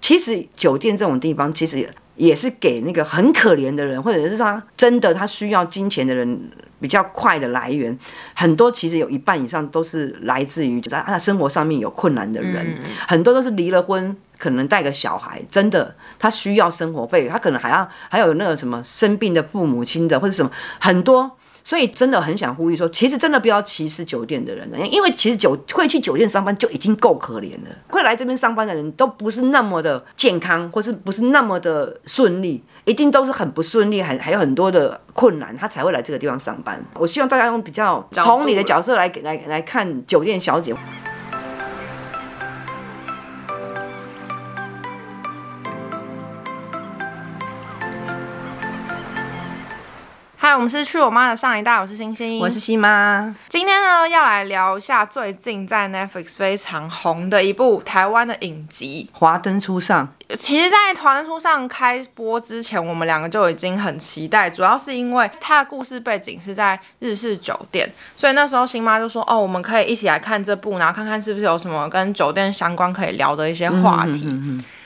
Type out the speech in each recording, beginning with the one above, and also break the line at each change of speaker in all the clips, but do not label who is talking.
其实酒店这种地方，其实也是给那个很可怜的人，或者是他真的他需要金钱的人比较快的来源。很多其实有一半以上都是来自于在他生活上面有困难的人，很多都是离了婚，可能带个小孩，真的他需要生活费，他可能还要还有那个什么生病的父母亲的或者什么很多。所以真的很想呼吁说，其实真的不要歧视酒店的人了，因为其实酒会去酒店上班就已经够可怜了，会来这边上班的人都不是那么的健康，或是不是那么的顺利，一定都是很不顺利，还还有很多的困难，他才会来这个地方上班。我希望大家用比较
角度
同理的角色来来来看酒店小姐。
嗨，我们是去我妈的上一代，我是星星，
我是西妈，
今天呢，要来聊一下最近在 Netflix 非常红的一部台湾的影集。
华灯初上，
其实，在团书上开播之前，我们两个就已经很期待，主要是因为它的故事背景是在日式酒店，所以那时候新妈就说：“哦，我们可以一起来看这部，然后看看是不是有什么跟酒店相关可以聊的一些话题。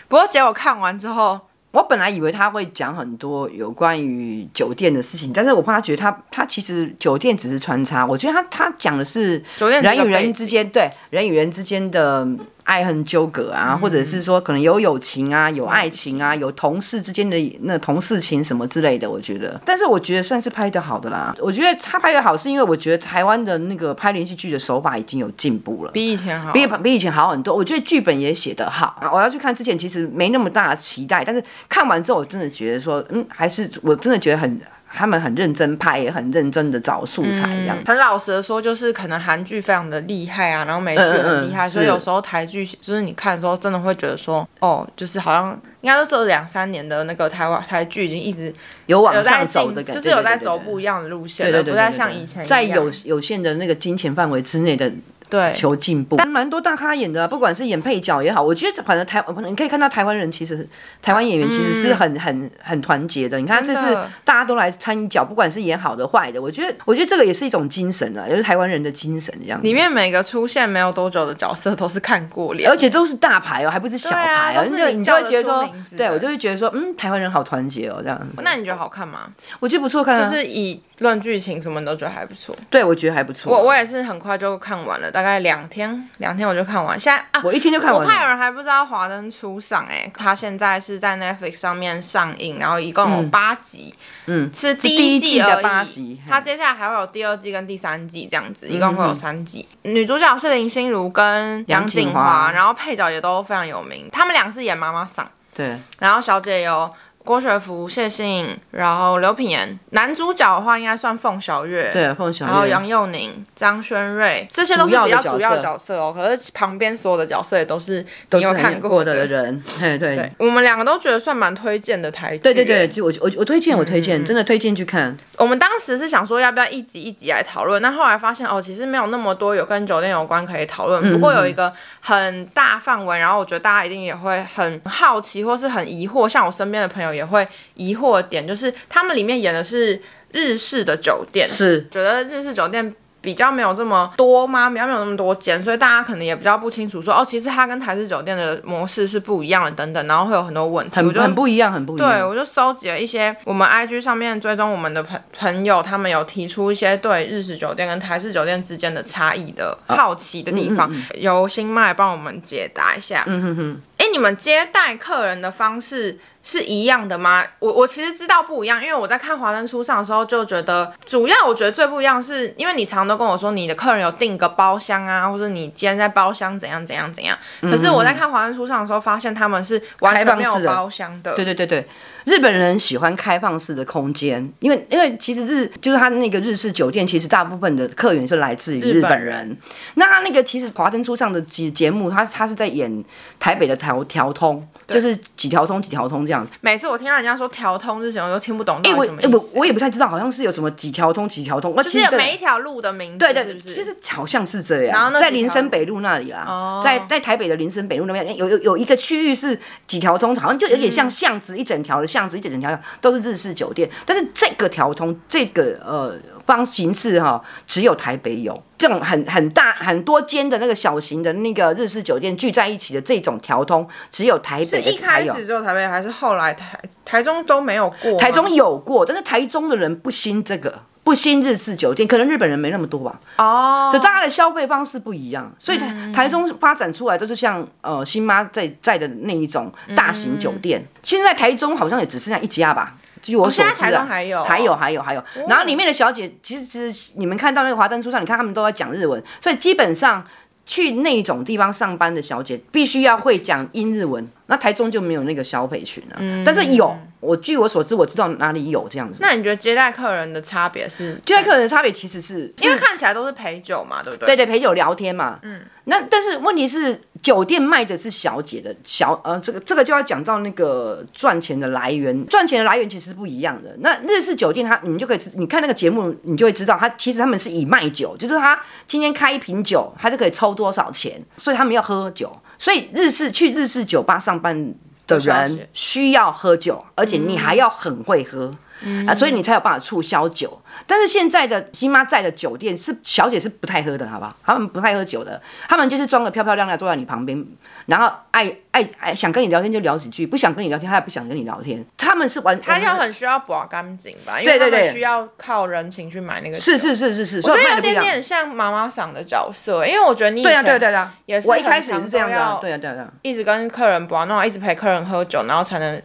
不过结果看完之后，
我本来以为他会讲很多有关于酒店的事情，但是我怕他觉得他他其实酒店只是穿插，我觉得他他讲的是
酒店
人
这个
与
背
人
景
之间对人与人之间的爱恨纠葛啊，或者是说可能有友情啊，有爱情
嗯
啊，有同事之间的那同事情什么之类的，我觉得。但是我觉得算是拍的好的啦，我觉得他拍的好是因为我觉得台湾的那个拍连续剧的手法已经有进步了。
比以前好，
比比以前好很多，我觉得剧本也写得好。啊我要去看之前其实没那么大的期待，但是看完之后我真的觉得说，嗯，还是我真的觉得很他们很认真拍，也很认真的找素材这样。
很老实的说，就是可能韩剧非常的厉害啊，然后美剧很厉害，
嗯嗯嗯
所以
是
有时候台剧就是你看的时候，真的会觉得说，哦，就是好像应该说这两三年的那个台湾台剧已经一直
有往
有在
上
进
走的感觉，
就是有在
对
走不一。样的路线
对
了，
对对对对对
不再像以前一样
在有有限的那个金钱范围之内的
对
求进步，但蛮多大咖演的啊、不管是演配角也好，我觉得反正台，你可以看到台湾人其实台湾演员其实是很、很很团结的。你看这
嗯真的
次大家都来参与角，不管是演好的坏的，我觉得我觉得这个也是一种精神啊，也是台湾人的精神这样子。
里面每个出现没有多久的角色都是看过脸
而，且都是大牌哦，还不是小牌哦，
对啊都
你
是
就
你
你就会觉得
叫得
说
出名字，的
对我就会觉得说，嗯，台湾人好团结哦，这样，
那你觉得好看吗？
我觉得不错看、啊，
就是以论剧情什么你都觉得还不错。
对我觉得还不错。
我我也是很快就看完了，大概两天，两天我就看完。现在啊，
我一天就看完
我
了
怕有人还不知道《华灯初上》哎，它现在是在 Netflix 上面上映，然后一共有八集，嗯，是第
第一
季
季
而
的
已。
八集
它接下来还会有第二季跟第三季这样子，一共会有三季。女主角是林心如跟杨
锦
景
华
华，然后配角也都非常有名，他们俩是演妈妈桑。
对，
然后小姐有郭雪芙、谢欣颖，然后刘品言。男主角的话应该算凤小岳，
对凤小岳
然后哦杨佑宁、张轩瑞，这些都是比较主要的角色哦。可是旁边所有的角色也都是你有
是很
看
演过
的
的。人，嘿，对，
对，我们两个都觉得算蛮推荐的台剧。
对对对，，就我我我推荐，我推
嗯
荐，真的推荐去看。
我们当时是想说要不要一集一集来讨论，但后来发现哦，其实没有那么多有跟酒店有关可以讨论。不过有一个很大范围，然后我觉得大家一定也会很好奇或是很疑惑，像我身边的朋友也会疑惑的点，就是他们里面演的是日式的酒店，
是
觉得日式酒店。比较没有这么多吗？比较没有那么多间，所以大家可能也比较不清楚说哦，其实它跟台式酒店的模式是不一样的，等等，然后会有很多问题。我
很
觉得
很不一样，很不一
对，
样。
我就收集了一些我们 IG 上面追踪我们的朋朋友，他们有提出一些对日式酒店跟台式酒店之间的差异的好奇的地
嗯
方，由新麦帮我们解答一下。嗯哼哼，哎，你们接待客人的方式。是一样的吗？我我其实知道不一样，因为我在看《华灯初上》的时候就觉得，主要我觉得最不一样是，因为你常都跟我说你的客人有订个包厢啊，或者你今天在包厢怎样怎样怎样。可是我在看《华灯初上》的时候，发现他们是
嗯
完
开
全
放
没有
式的
包厢的。
对对对对，日本人喜欢开放式的空间，因为因为其实日就是他那个日式酒店，其实大部分的客源是来自于
日
日
本
本人。那他那个其实华灯初上的节节目，他他是在演台北的条条通，就是几条通几条通这样子。
每次我听到人家说调通之前，我都听不懂到
哎、
底
我
什么意
哎
思。
我我也不太知道，好像是有什么几条通几条通，我
就
其
是
实
有
真的
每一条路的名字，
对
是
对，
不？
就是是好像是这样，
然后那
在
几条哦
林森北路那里啦，啊在在台北的林森北路那边有有有一个区域是几条通，好像就有点
嗯
像巷子，一整条的巷子，一整条都是日式酒店。但是这个条通，这个呃方形式哈、只有台北有这种很很大很多间的那个小型的那个日式酒店聚在一起的这种调通，只有台
是
北的
一
才
开
有。
始只有台北，还是后来台台中都没有过吗？
台中有过，但是台中的人不兴这个，不兴日式酒店，可能日本人没那么多吧。
哦嗯
可，大家的消费方式不一样，所以台台中发展出来都是像呃新妈在在的那一种
嗯
大型酒店。现在台中好像也只剩下一家吧。据我所知、啊，
哦现在台中还有哦
还有，还有，还有。然后里面的小姐，其实其实你们看到那个华灯初上，你看他们都在讲日文，所以基本上去那种地方上班的小姐，必须要会讲英日文。那台中就没有那个消费群了、但是有，我据我所知，我知道哪里有这样子。
那你觉得接待客人的差别是？
接待客人的差别其实是，
因为看起来都是陪酒嘛，对不对？
对对，陪酒聊天嘛。嗯，那但是问题是，酒店卖的是小姐的小呃，这个这个就要讲到那个赚钱的来源，赚钱的来源其实是不一样的。那日式酒店它，你就可以知你看那个节目，你就会知道，它其实他们是以卖酒，就是他今天开一瓶酒，他就可以抽多少钱，所以他们要喝酒。所以日式去日式酒吧上班的
需要
人
学
需要喝酒，而且你还要很会喝。
嗯
啊，所以你才有办法促销酒。但是现在的新妈在的酒店是小姐是不太喝的，好不好？他们不太喝酒的，他们就是装的漂漂亮亮坐在你旁边，然后爱爱爱想跟你聊天就聊几句，不想跟你聊天他也不想跟你聊天。他们是完，
他要
我们
很需要保干净吧，因为他
对对
们
对
需要靠人情去买那个酒。
是是是是是，
我
所以
觉得
卖
有
的不一
点
样。
点像妈妈桑的角色，因为我觉得你以前
对啊对啊对啊对啊，
也是
我一
很
开始也
常
是这样
都
的、啊
要，
对啊对啊对啊。
一直跟客人不玩，然后一直陪客人喝酒，然后才能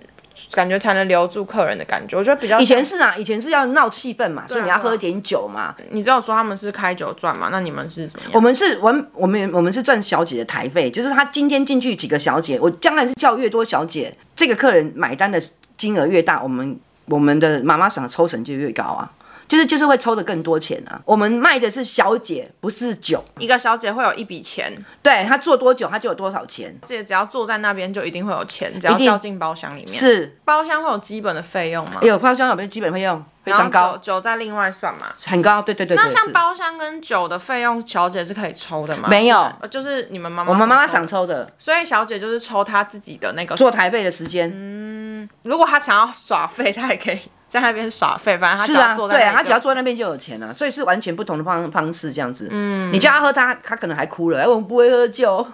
感觉才能留住客人的感觉。我觉得比较
以前是啊，以前是要闹气氛嘛，所以你要
对啊
喝点酒嘛。
你只有说他们是开酒赚嘛，那你们是怎么样？
我们是我我们我们是赚小姐的台费，就是她今天进去几个小姐，我将来是叫越多小姐，这个客人买单的金额越大，我们我们的妈妈赏抽成就越高啊，就是就是会抽的更多钱啊。我们卖的是小姐，不是酒，
一个小姐会有一笔钱，
对她做多久她就有多少钱，
这只要坐在那边就一定会有钱，只要
一定
叫进包厢里面。
是
包厢会有基本的费用吗？
有包厢有没有基本费用非常
然后
高
酒，酒再另外算嘛。
很高，对对对
那
对，
像
是
包厢跟酒的费用，小姐是可以抽的吗？
没有
呃就是你们妈妈，
我们妈妈
想
想，抽的
所以小姐就是抽她自己的那个
做。台费的时间。
如果她想要耍废，她也可以在那边耍废，反正她只
是啊
要，坐在
对
那
啊，
里
他只要
就
坐在那边就有钱啊，所以是完全不同的方方式这样子。嗯，你叫他喝他，他可能还哭了，哎，我们不会喝酒。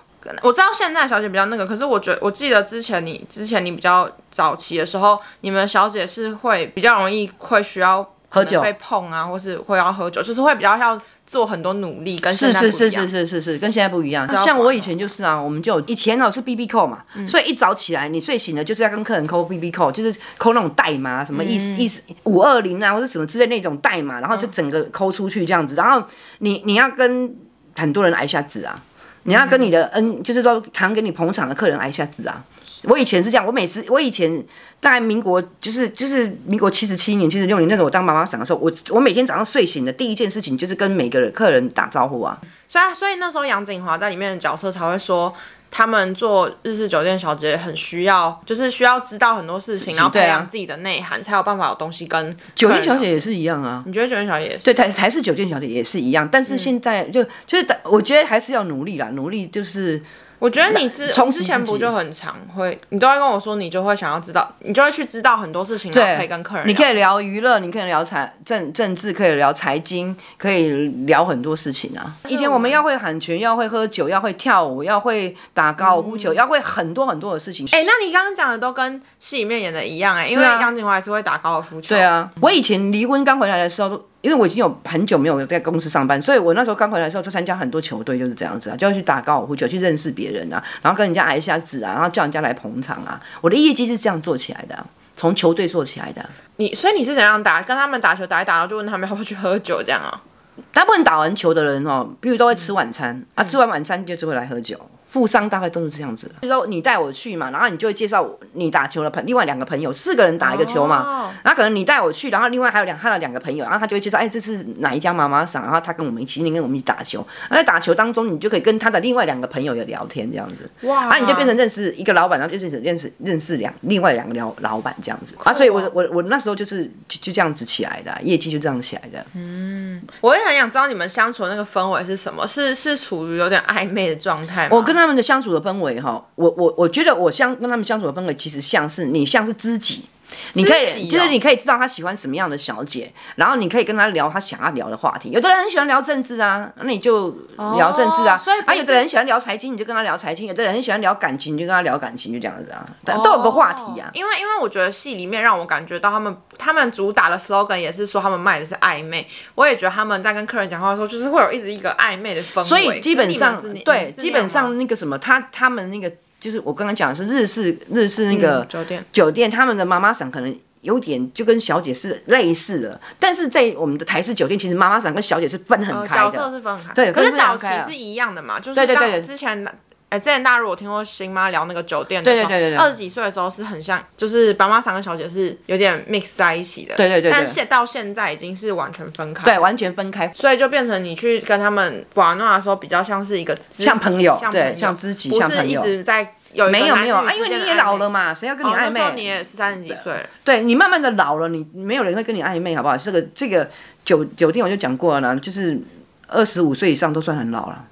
我知道现在小姐比较那个，可是我觉我记得之前你之前你比较早期的时候，你们小姐是会比较容易会需要
喝酒
可能被碰啊，或是会要喝酒，就是会比较要做很多努力，跟
是
现在不一
是
样。
是是是是是，跟现在不一样。
要
像
管
我
哦
以前就是啊，我们就以前哦是 B B 扣嘛，所以一早起来你睡醒了就是要跟客人扣 B B 扣，就是扣那种代码，什么意思意思五二零啊或者什么之类那种代码，然后就整个扣出去这样子，然后你你要跟很多人挨下子啊。你要跟你的恩，就是说常给你捧场的客人挨下子啊。我以前是这样，我每次我以前大概民国就是就是民国七十七年、七十六年那种我当妈妈桑的时候，我我每天早上睡醒的第一件事情就是跟每个人客人打招呼啊。
所以所以那时候杨景华在里面的角色才会说。他们做日式酒店小姐很需要，就是需要知道很多事情，然后培
对啊
养自己的内涵，才有办法有东西跟
酒
酒
店小姐，也是一样啊，
你觉得酒店小姐也是？
对，台台式酒店小姐也是一样，但是现在就、就是我觉得还是要努力啦，努力就是
我觉得你之
充实
之前
自己
不就很常会，你都会跟我说，你就会想要知道，你就会去知道很多事情，然后可以跟客人聊。
哎你可以聊娱乐，你可以聊财政政治，可以聊财经，可以聊很多事情啊。以前我们要会喊拳，要会喝酒，要会跳舞，要会打高尔夫球，要会很多很多的事情。
哎、那你刚刚讲的都跟戏里面演的一样哎、因为
啊
杨景华也是会打高尔夫球。
对，啊，我以前离婚刚回来的时候都。因为我已经有很久没有在公司上班，所以我那时候刚回来的时候就参加很多球队，就是这样子啊，就要去打高尔夫球，去认识别人啊， 然后跟人家挨一下子啊，然后叫人家来捧场啊。我的业绩是这样做起来的啊、从球队做起来的啊、
你所以你是怎样打？跟他们打球打一打，然后就问他们要不要去喝酒这样啊？
大部分打完球的人哦，比如都会吃晚餐、啊，吃完晚餐就就会来喝酒。富商大概都是这样子的，就是说你带我去嘛，然后你就会介绍我你打球的朋另外两个朋友，四个人打一个球嘛，
哦
然后可能你带我去，然后另外还有两他的两个朋友，然后他就会介绍，哎，这是哪一家妈妈桑，然后他跟我们一起，你跟我们一起打球，那在打球当中，你就可以跟他的另外两个朋友也聊天这样子，
哇
啊，你就变成认识一个老板，然后就变成认识认识两另外两个老老板这样子啊，所以我我我那时候就是就就这样子起来的啊，业绩就这样起来的，啊
我也很想知道你们相处的那个氛围是什么，是是处于有点暧昧的状态吗？
我跟他们的相处的氛围哈，我我我觉得我相跟他们相处的氛围其实像是你像是知己，你可
知己
以
哦
就是你可以知道他喜欢什么样的小姐，然后你可以跟他聊他想要聊的话题。有的人很喜欢聊政治啊，那你就聊政治啊。
哦所以不
啊，
是
有的人喜欢聊财经，你就跟他聊财经；有的人很喜欢聊感情，你就跟他聊感情，就这样子啊，但都有个话题啊
哦。因为因为我觉得戏里面让我感觉到他们他们主打的 slogan 也是说他们卖的是暧昧，我也觉得他们在跟客人讲话的时候，就是会有一直一个暧昧的氛围。
所以基本上
那你们是你
对，
你是那样吗哦
基本上那个什么，他他们那个就是我刚刚讲的是日式日式那个
嗯酒店
酒店，他们的妈妈桑可能。有点就跟小姐是类似的，但是在我们的台式酒店，其实妈妈桑跟小姐是分很
呃
开的。
角色是分开，
对
可是
分
早
很
期
开啊
是一样的嘛，就是
对对
当
对
之前。哎，之前大家如果听过新妈聊那个酒店的时候，
对对对对对
二十几岁的时候是很像，就是白妈桑跟小姐是有点 mix 在一起的，
对对对对
但现到现在已经是完全分开，
对，，完全分开。
所以就变成你去跟他们玩闹的时候，比较像是一个知己
像朋友
像
对
朋友
像知己
不
像
是
朋
一
友
直在有一个
没有
男
没有
女
啊，
之
因为
间的
你也老了
暧昧。
嘛，谁要跟你
哦，
暧
那时候你
昧？
也是三十几岁了，
对你慢慢的老了，你没有人会跟你暧昧，好不好？这个这个酒酒店我就讲过了啦，就是二十五岁以上都算很老了，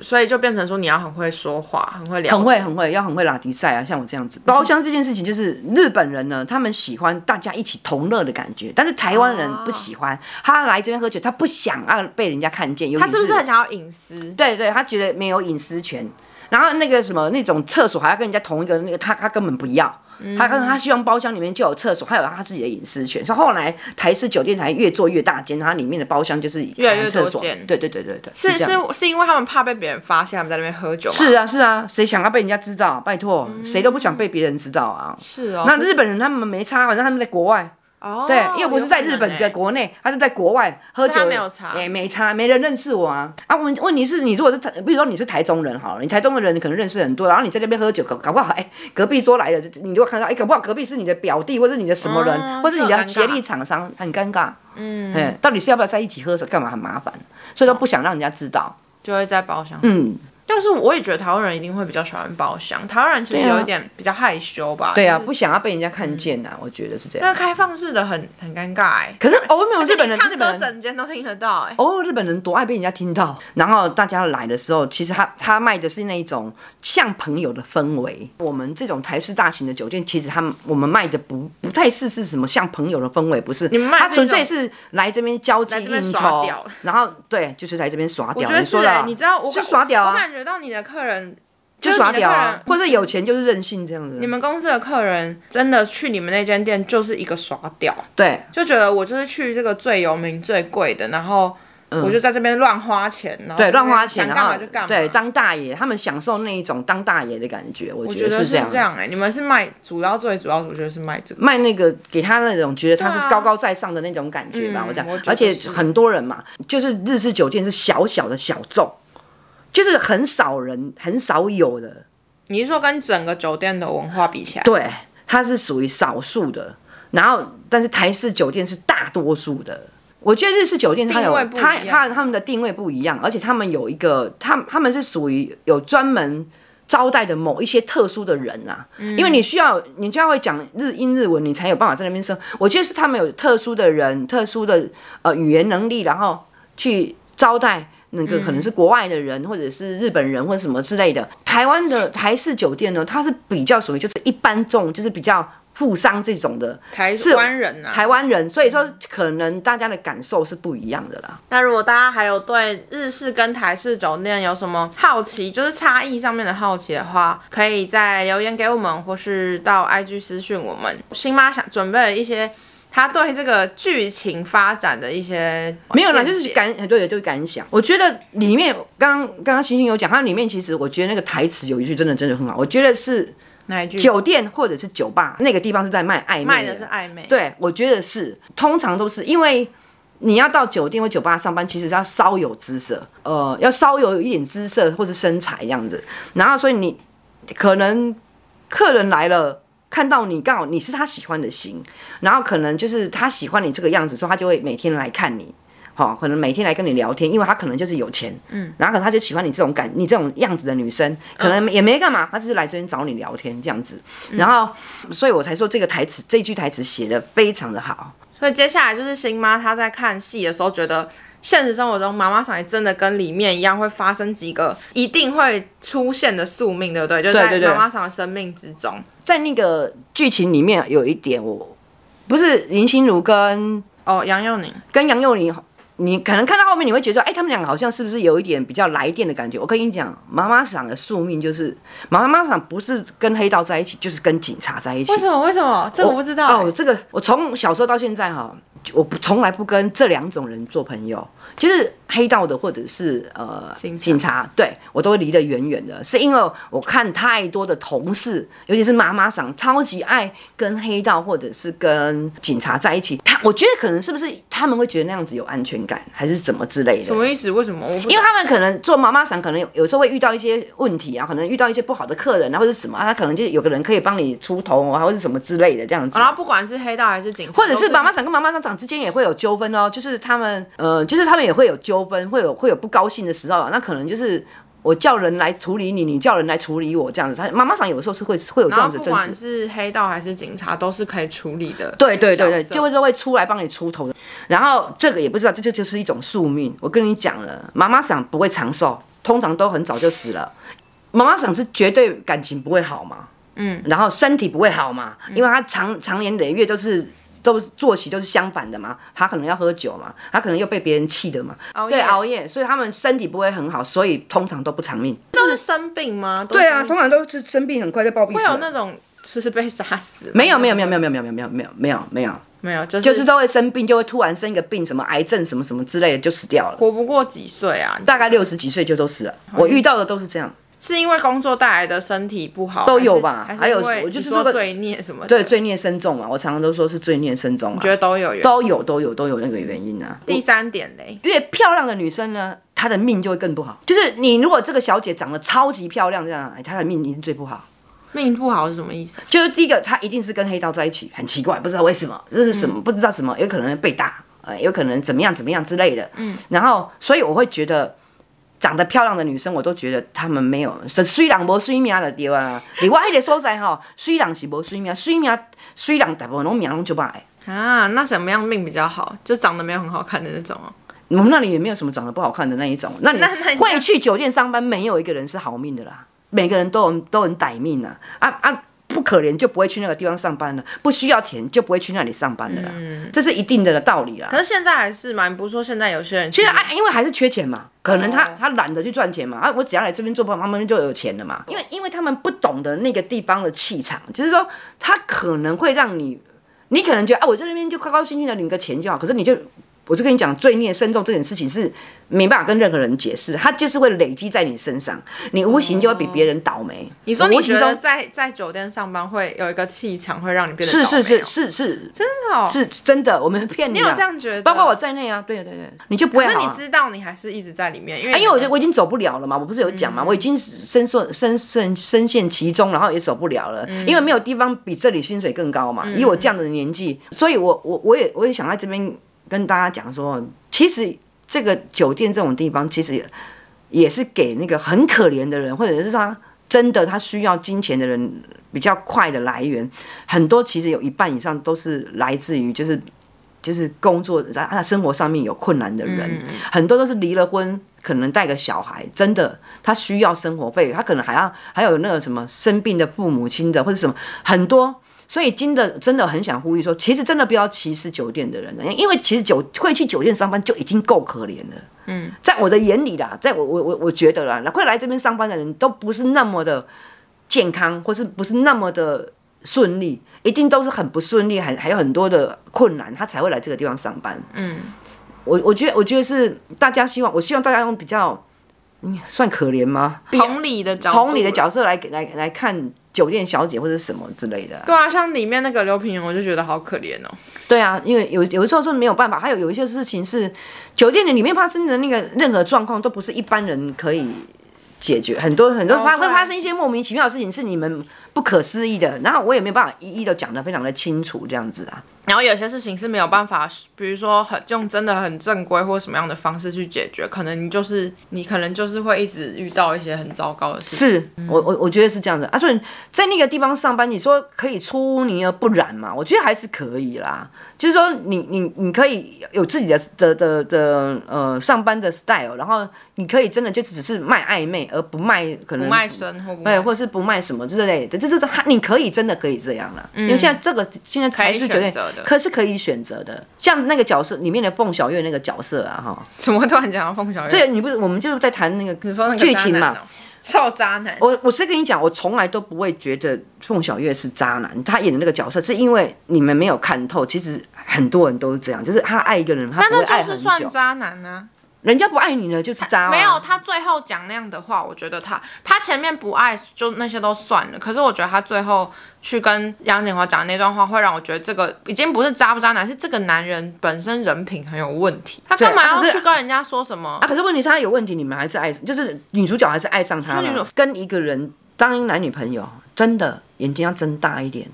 所以就变成说你要很会说话，很会聊，
很会很会，要很会拉迪赛啊，像我这样子。包厢这件事情，就是日本人呢，他们喜欢大家一起同乐的感觉，但是台湾人不喜欢，他来这边喝酒，他不想要被人家看见，有
哦他是不
隐私
是很想要隐私？
对对，他觉得没有隐私权。然后那个什么那种厕所还要跟人家同一个那个，他他根本不要。
嗯
他他他希望包厢里面就有厕所，还有他自己的隐私权。所以后来台式酒店台越做越大间，它里面的包厢就是越
来越多
厕所。
间
对对对对对，
是
这样
是是因为他们怕被别人发现他们在那边喝酒吗？
是啊是啊，谁想要被人家知道？拜托，谁都不想被别人知道啊。
是嗯哦，
那日本人他们没差，反正他们在国外，
哦
对，又不是在日本
有可能
在
欸
国内，他是在国外喝
所以
酒，
他没有差
也没差，没人认识我啊。啊，问问题是你如果是台，比如说你是台中人好了，你台中的人你可能认识很多，然后你在那边喝酒，搞搞不好哎、隔壁桌来的，你如果看到哎、搞不好隔壁是你的表弟或是你的什么人，
哦
或是你
这
的
很尴
协
尬
力厂商，很尴尬。嗯，哎，到底是要不要在一起喝干嘛很麻烦，所以都不想让人家知道。
就会在包厢。
嗯，
但是我也觉得台湾人一定会比较喜欢包厢，台湾人其实
对啊
有一点比较害羞吧。
对啊，
就是
不想要被人家看见呐、啊，我觉得是这
嗯那
样。
开放式的很很尴尬哎、
可是哦，没有日本人，
而且
日本
你唱歌
人
整间都听得到哎、
哦，日本人多爱被人家听到。然后大家来的时候，其实他他卖的是那一种像朋友的氛围。我们这种台式大型的酒店，其实他们我们卖的不不太是是什么像朋友的氛围，不是。
你们卖
他
是
纯
一种
粹是来这边交际
来这边
应
耍
酬
屌，
然后对，就是来这边耍
我
屌。
觉得
你
是
说的
哎、
啊，
你知道我
就耍屌
我
啊，
感觉到你的客人
就是耍
你的
屌
客
啊
人，
或者有钱就是任性这样子。
你们公司的客人真的去你们那间店就是一个耍屌，
对
就觉得我就是去这个最有名最贵的，然后我就在这边乱花钱，然后
嗯对，
在这边
乱花钱，然
想干
后
嘛就干嘛，
对当大爷，他们享受那一种当大爷的感觉，我
我
觉
觉得
是
是
样
这。样哎、你们是卖主要最主要，我觉得是卖这个。
卖那个给他那种觉得他
对
是
啊
高高在上的那种感觉吧，
嗯
我讲
我觉，得
而且
是
很多人嘛，就是日式酒店是小小的小众，就是很少人很少有的，
你是说跟整个酒店的文化比起来，
对，它是属于少数的。然后，但是台式酒店是大多数的。我觉得日式酒店它有
定位不一
它
样
它它们的定位不一样，而且他们有一个，他他们是属于有专门招待的某一些特殊的人啊，
嗯
因为你需要你就要会讲日英日文，你才有办法在那边生。我觉得是他们有特殊的人、特殊的呃语言能力，然后去招待那个可能是国外的人，或者是日本人或者什么之类的。台湾的台式酒店呢，它是比较属于就是一般众，就是比较富商这种的
台
是
湾人啊。
台湾人，所以说可能大家的感受是不一样的啦。
那如果大家还有对日式跟台式酒店有什么好奇，就是差异上面的好奇的话，可以在留言给我们，或是到 IG 私讯我们。新妈想准备了一些她对这个剧情发展的一些
没有啦，
见
就
解
是感很多人就是感想。我觉得里面刚刚刚星星有讲，它里面其实我觉得那个台词有一句真的真的很好，我觉得是
哪一句
酒店或者是酒吧那个地方是在卖暧昧
卖的是暧昧，
对，我觉得是，通常都是因为你要到酒店或酒吧上班，其实是要稍有姿色，呃，要稍有一点姿色或是身材这样子。然后，所以你可能客人来了，看到你刚好你是他喜欢的型，然后可能就是他喜欢你这个样子，所以他就会每天来看你。好、可能每天来跟你聊天，因为他可能就是有钱，嗯，然后可能他就喜欢你这种感，你这种样子的女生，可能也没干嘛，他就是来这边找你聊天这样子，然后所以我才说这个台词，这句台词写的非常的好。
所以接下来就是新妈她在看戏的时候觉得。现实生活中妈妈桑也真的跟里面一样会发生几个一定会出现的宿命，对不对？就
对
在
对
妈妈桑的生命之中。
在那个剧情里面有一点我，不是林心如跟
哦，杨佑宁，
跟杨佑宁，你可能看到后面你会觉得说，哎、他们两个好像是不是有一点比较来电的感觉？我跟你讲，妈妈桑的宿命就是妈妈桑不是跟黑道在一起，就是跟警察在一起
为。什么？为什么？这我不知道、欸
哦，这个我从小时候到现在哈、我不从来不跟这两种人做朋友，就是黑道的或者是呃
警察
对我都会离得远远的，是因为我看太多的同事，尤其是妈妈桑，超级爱跟黑道或者是跟警察在一起。他我觉得可能是不是他们会觉得那样子有安全感，还是怎么之类的？
什么意思？为什么？我不
因为他们可能做妈妈桑，可能有有时候会遇到一些问题啊，可能遇到一些不好的客人啊，或者什么啊，他可能就有个人可以帮你出头啊，或者什么之类的这样子。
哦然后不管是黑道还是警察，
或者
都
是妈妈桑跟妈妈桑长之间也会有纠纷哦，就是他们呃，就是他们也会有纠纷，会有会有不高兴的时候啊，那可能就是我叫人来处理你，你叫人来处理我这样子。他妈妈桑有时候是会会有这
然后
样子
不
争
管
执，
是黑道还是警察，都是可以处理的。
对对对对，
角色
就会是会出来帮你出头的。然后这个也不知道，这就就是一种宿命。我跟你讲了，妈妈桑不会长寿，通常都很早就死了。妈妈桑是绝对感情不会好嘛，嗯，然后身体不会好嘛，
嗯
因为她长长年累月都是。都是作息都是相反的嘛，她可能要喝酒嘛，她可能又被别人气的嘛，
熬夜
对，熬夜，所以他们身体不会很好，所以通常都不长命。
都是生病吗？对
对啊，通常都是生病很快就暴毙
会
死
有
了。
那种就是被杀死吗？
没有没有没有没有没有没有没有没有没有没有，
没有，就是
就是都会生病，就会突然生一个病，什么癌症什么什么之类的，就死掉了。
活不过几岁啊？
大概六十几岁就都死了，我遇到的都是这样，
是因为工作带来的身体不好
都有吧
还是
还有
还是因为
我就是
你说
这个
罪孽什么的？
对，罪孽深重嘛，我常常都说是罪孽深重嘛，
觉得都有原因。
都有都有都有那个原因啊。
第三点嘞，
越漂亮的女生呢，她的命就会更不好。就是你如果这个小姐长得超级漂亮，这样哎她的命一定最不好。
命不好是什么意思？
就是第一个，她一定是跟黑道在一起，很奇怪，不知道为什么，这是什么，不知道什么，有可能被打，呃，有可能怎么样怎么样之类的。嗯，然后所以我会觉得。长得漂亮的女生，我都觉得她们没有，虽然无水命就对啊。另外迄个所在吼，虽然是无水命，水命虽然大部分拢命拢就歹。
啊，那什么样命比较好？就长得没有很好看的那种哦。
我们那里也没有什么长得不好看的那一种。那你
那那你
会去酒店上班，没有一个人是好命的啦，每个人都很都很歹命啊啊啊！不可怜就不会去那个地方上班了，不需要钱就不会去那里上班的啦，
嗯
这是一定的道理啦。
可是现在还是蛮不错，现在有些人其
因为啊，因为还是缺钱嘛，可能他、
嗯哦
他懒得去赚钱嘛，啊，我只要来这边做朋友，他们就有钱了嘛。
哦
因为因为他们不懂得那个地方的气场，就是说他可能会让你，你可能觉得啊，我在那边就高高兴兴的领个钱就好，可是你就。我就跟你讲，罪孽深重这件事情是没办法跟任何人解释，它就是会累积在你身上，你无形就会比别人倒霉。
哦你说
无
你
形
觉得
中
在在酒店上班会有一个气场，会让你变得
是是
倒霉
是是
哦
是
真的哦。
是真的，我们骗你
你
啊，
有这样觉得？
包括我，在内啊，对对对，你就不会
可
好、
是
啊。
你知道你还是一直在里面，因为嗯
啊，因为我就
你
我已经走不了了嘛，我不是有讲嘛，我已经深受深深深陷其中，然后也走不了了，
嗯
因为没有地方比这里薪水更高嘛。以我这样的年纪，所以我我我也我也想在这边跟大家讲说，其实这个酒店这种地方，其实也也是给那个很可怜的人，或者是他真的他需要金钱的人比较快的来源。很多其实有一半以上都是来自于就是。就是工作在他生活上面有困难的人，很多都是离了婚，可能带个小孩，真的他需要生活费，他可能还要还有那个什么生病的父母亲的或者什么很多。所以真的真的很想呼吁说，其实真的不要歧视酒店的人，啊因为其实酒会去酒店上班就已经够可怜了。嗯，在我的眼里啦，在我我我我觉得啦，会来这边上班的人都不是那么的健康，或是不是那么的顺利，一定都是很不顺利，还还有很多的困难，他才会来这个地方上班。嗯，我我觉得我觉得是大家希望，我希望大家用比较，嗯，算可怜吗？
同理的角度
同理的角色来来来看酒店小姐或者什么之类的啊、
对啊，像里面那个刘品言，我就觉得好可怜哦。
对啊，因为有有的时候是没有办法，还有有一些事情是酒店的里面发生的那个任何状况都不是一般人可以解决，很多很多
哦
发会
对
发生一些莫名其妙的事情，是你们不可思议的，然后我也没有办法一一的讲得非常的清楚这样子啊。
然后有些事情是没有办法，比如说很用真的很正规或什么样的方式去解决，可能你就是你可能就是会一直遇到一些很糟糕的事情。
是我我我觉得是这样子啊，所以在那个地方上班，你说可以出泥而不染嘛？我觉得还是可以啦，就是说你你你可以有自己的的的的呃上班的 style，然后你可以真的就只是卖暧昧，而不卖可能
不卖身或不
对，
卖
哎或是不卖什么之类的，就是他你可以真的可以这样了，因为现在这个现在台式酒
嗯可以
店
选择的
可是可以选择的，像那个角色里面的凤小岳那个角色啊哈，
怎么会突然讲到凤小岳？，
对你不是我们就是在谈那
你
个
说那个
剧
渣
情
男
嘛
哦，臭渣男。
我我是跟你讲，我从来都不会觉得凤小岳是渣男，他演的那个角色是因为你们没有看透，其实很多人都是这样，就是他爱一个人，他不
那
会
那
爱
就是
很
算
久，嗯
渣男啊！
人家不爱你了就是渣、啊，
没有，他最后讲那样的话，我觉得他他前面不爱就那些都算了，可是我觉得他最后去跟杨景华讲的那段话，会让我觉得这个已经不是渣不渣男，是这个男人本身人品很有问题。他干嘛
对啊可
要
是
去跟人家说什么
啊，？可是问题是他有问题，你们还是爱，就是女主角还是爱上他
所以你
了
说，
跟一个人当男女朋友，真的眼睛要睁大一点。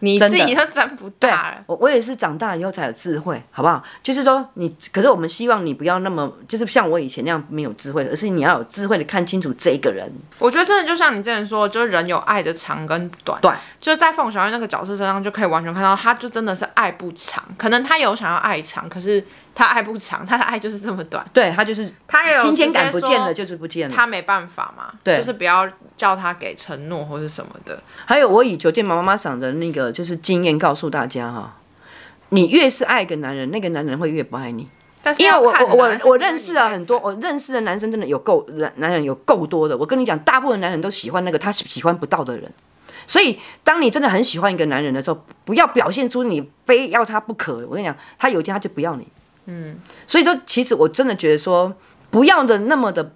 你
真
自
的
己都真不大了。
我我也是长大以后才有智慧，好不好？就是说你，可是我们希望你不要那么，就是像我以前那样没有智慧，而是你要有智慧的看清楚这个人。
我觉得真的就像你之前说的，就是人有爱的长跟短。
短，
就是在凤小岳那个角色身上就可以完全看到，他就真的是爱不长。可能他有想要爱长，可是他爱不长，他的爱就是这么短。
对他就是
他也有
新鲜感
直
不
接
见
说
了，就是不见了。
他没办法嘛，
嗯对
就是不要叫他给承诺或是什么的。
还有我以酒店妈妈桑的那个就是经验告诉大家哈、你越是爱一个男人，那个男人会越不爱你。
但是
因为
要
我
看
我
男生
我我
跟
认
你
识了
在
很多，
一起
我认识的男生真的有够男男人有够多的。我跟你讲，大部分男人都喜欢那个他喜欢不到的人。所以，当你真的很喜欢一个男人的时候，不要表现出你非要他不可。我跟你讲，他有一天他就不要你。嗯，所以说，其实我真的觉得说，不要的那么的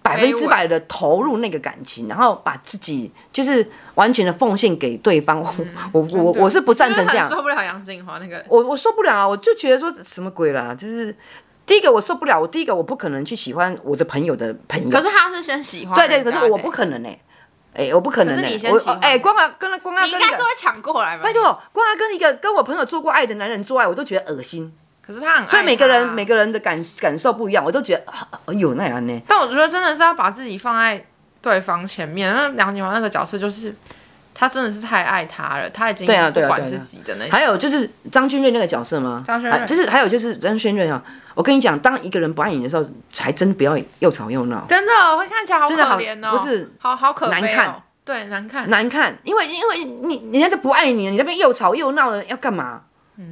百分之百的投入那个感情，然后把自己就是完全的奉献给对方。我我我我是不赞成这
嗯真的
样
很。受不了杨静华那个。
我我受不了啊！我就觉得说什么鬼啦，就是第一个我受不了，我第一个我不可能去喜欢我的朋友的朋友，
可是他是先喜欢
对
人家
对，
的，
可是我不可能呢、哎、我不可能呢、
可是你先
我
喜欢
哎、光啊跟光啊
你
跟
应
那
该是
个
会，抢过来吧？
拜，托，光啊跟一个跟我朋友做过爱的男人做爱，我都觉得恶心。
可是他很爱他啊，
所以每个人每个人的感感受不一样，我都觉得啊哎呦那样呢。
但我觉得真的是要把自己放在对方前面。那梁景华那个角色就是，他真的是太爱他了，他已经
对啊
不
对啊
管
对啊
自己的那种。
还有就是张君瑞那个角色吗？
张君瑞
啊就是还有就是张君瑞啊，我跟你讲，当一个人不爱你的时候，才真不要又吵又闹。
真的会看起来好可
啊真的好
怜哦，
不是
好好可悲
难
哦
看，
对，难看。
难看，因为因为你人家就不爱你，你那边又吵又闹的，要干嘛？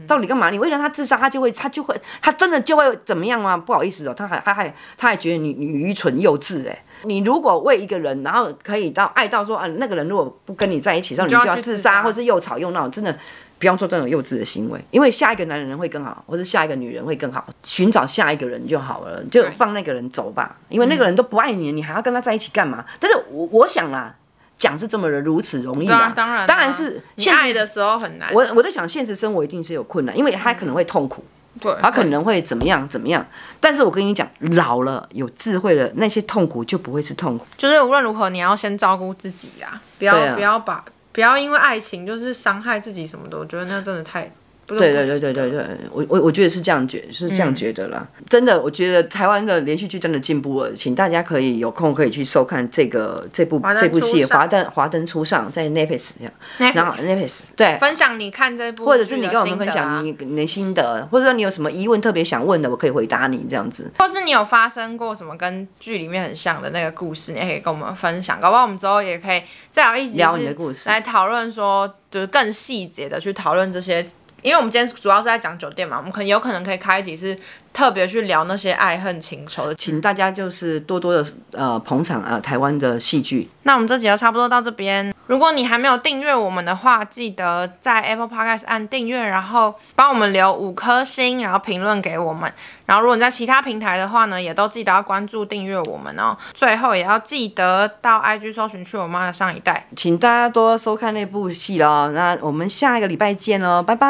到底干嘛？你为了他自杀，他就会，他就会，他真的就会怎么样吗？不好意思哦，他还，他还，他还觉得你你愚蠢幼稚哎、你如果为一个人，然后可以到爱到说啊，那个人如果不跟你在一起，然后你
就要
就要
去
自
自杀
杀，或是又吵又闹，真的不要做这种幼稚的行为，因为下一个男人会更好，或者下一个女人会更好，寻找下一个人就好了，就
对
放那个人走吧，因为那个人都不爱你，你还要跟他在一起干嘛？但是我我想啦，讲是这么的如此容易
当
啊
然，，当然啊，
当然是
你
现实
爱的。时候很难。
我我在想，现实生活一定是有困难，因为他可能会痛苦，
对，
他可能会怎么样怎么样。但是我跟你讲，老了有智慧了，那些痛苦就不会是痛苦。
就是无论如何，你要先照顾自己啦，不要、
对啊
不要把不要因为爱情就是伤害自己什么的，我觉得那真的太不是
对
不
对
值
对对对
得
对，我我我觉得是这样觉，是这
嗯
样觉得啦。真的，我觉得台湾的连续剧真的进步了，请大家可以有空可以去收看这个这部
灯
这部戏《
初上
华灯华灯初上》在 Netflix 上，
Netflix
然后 Netflix 对，
分享你看这部、
或者是你跟我们
啊
分享，你你的心得，或者说你有什么疑问特别想问的，我可以回答你这样子。
或是你有发生过什么跟剧里面很像的那个故事，你也可以跟我们分享，搞不好我们之后也可以再有一集
聊你的
是
故事
来讨论说就是更细节的去讨论这些。因为我们今天主要是在讲酒店嘛，我们可能有可能可以开一集是特别去聊那些爱恨情仇的
请大家就是多多的呃捧场啊、呃台湾的戏剧。
那我们这集就差不多到这边。如果你还没有订阅我们的话，记得在 Apple Podcast 按订阅，然后帮我们留五颗星，然后评论给我们。然后如果你在其他平台的话呢，也都记得要关注订阅我们哦。最后也要记得到 IG 搜寻“去我妈的上一代
请大家多收看那部戏咯。那我们下一个礼拜见喽，拜拜，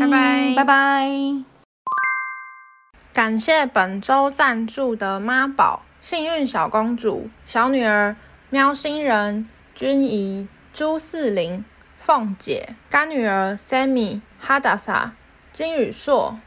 拜拜
拜拜。”。
感谢本周赞助的妈宝、幸运小公主、小女儿、喵星人、君怡、朱四林、凤姐、干女儿 Sammy、哈达萨、金宇硕、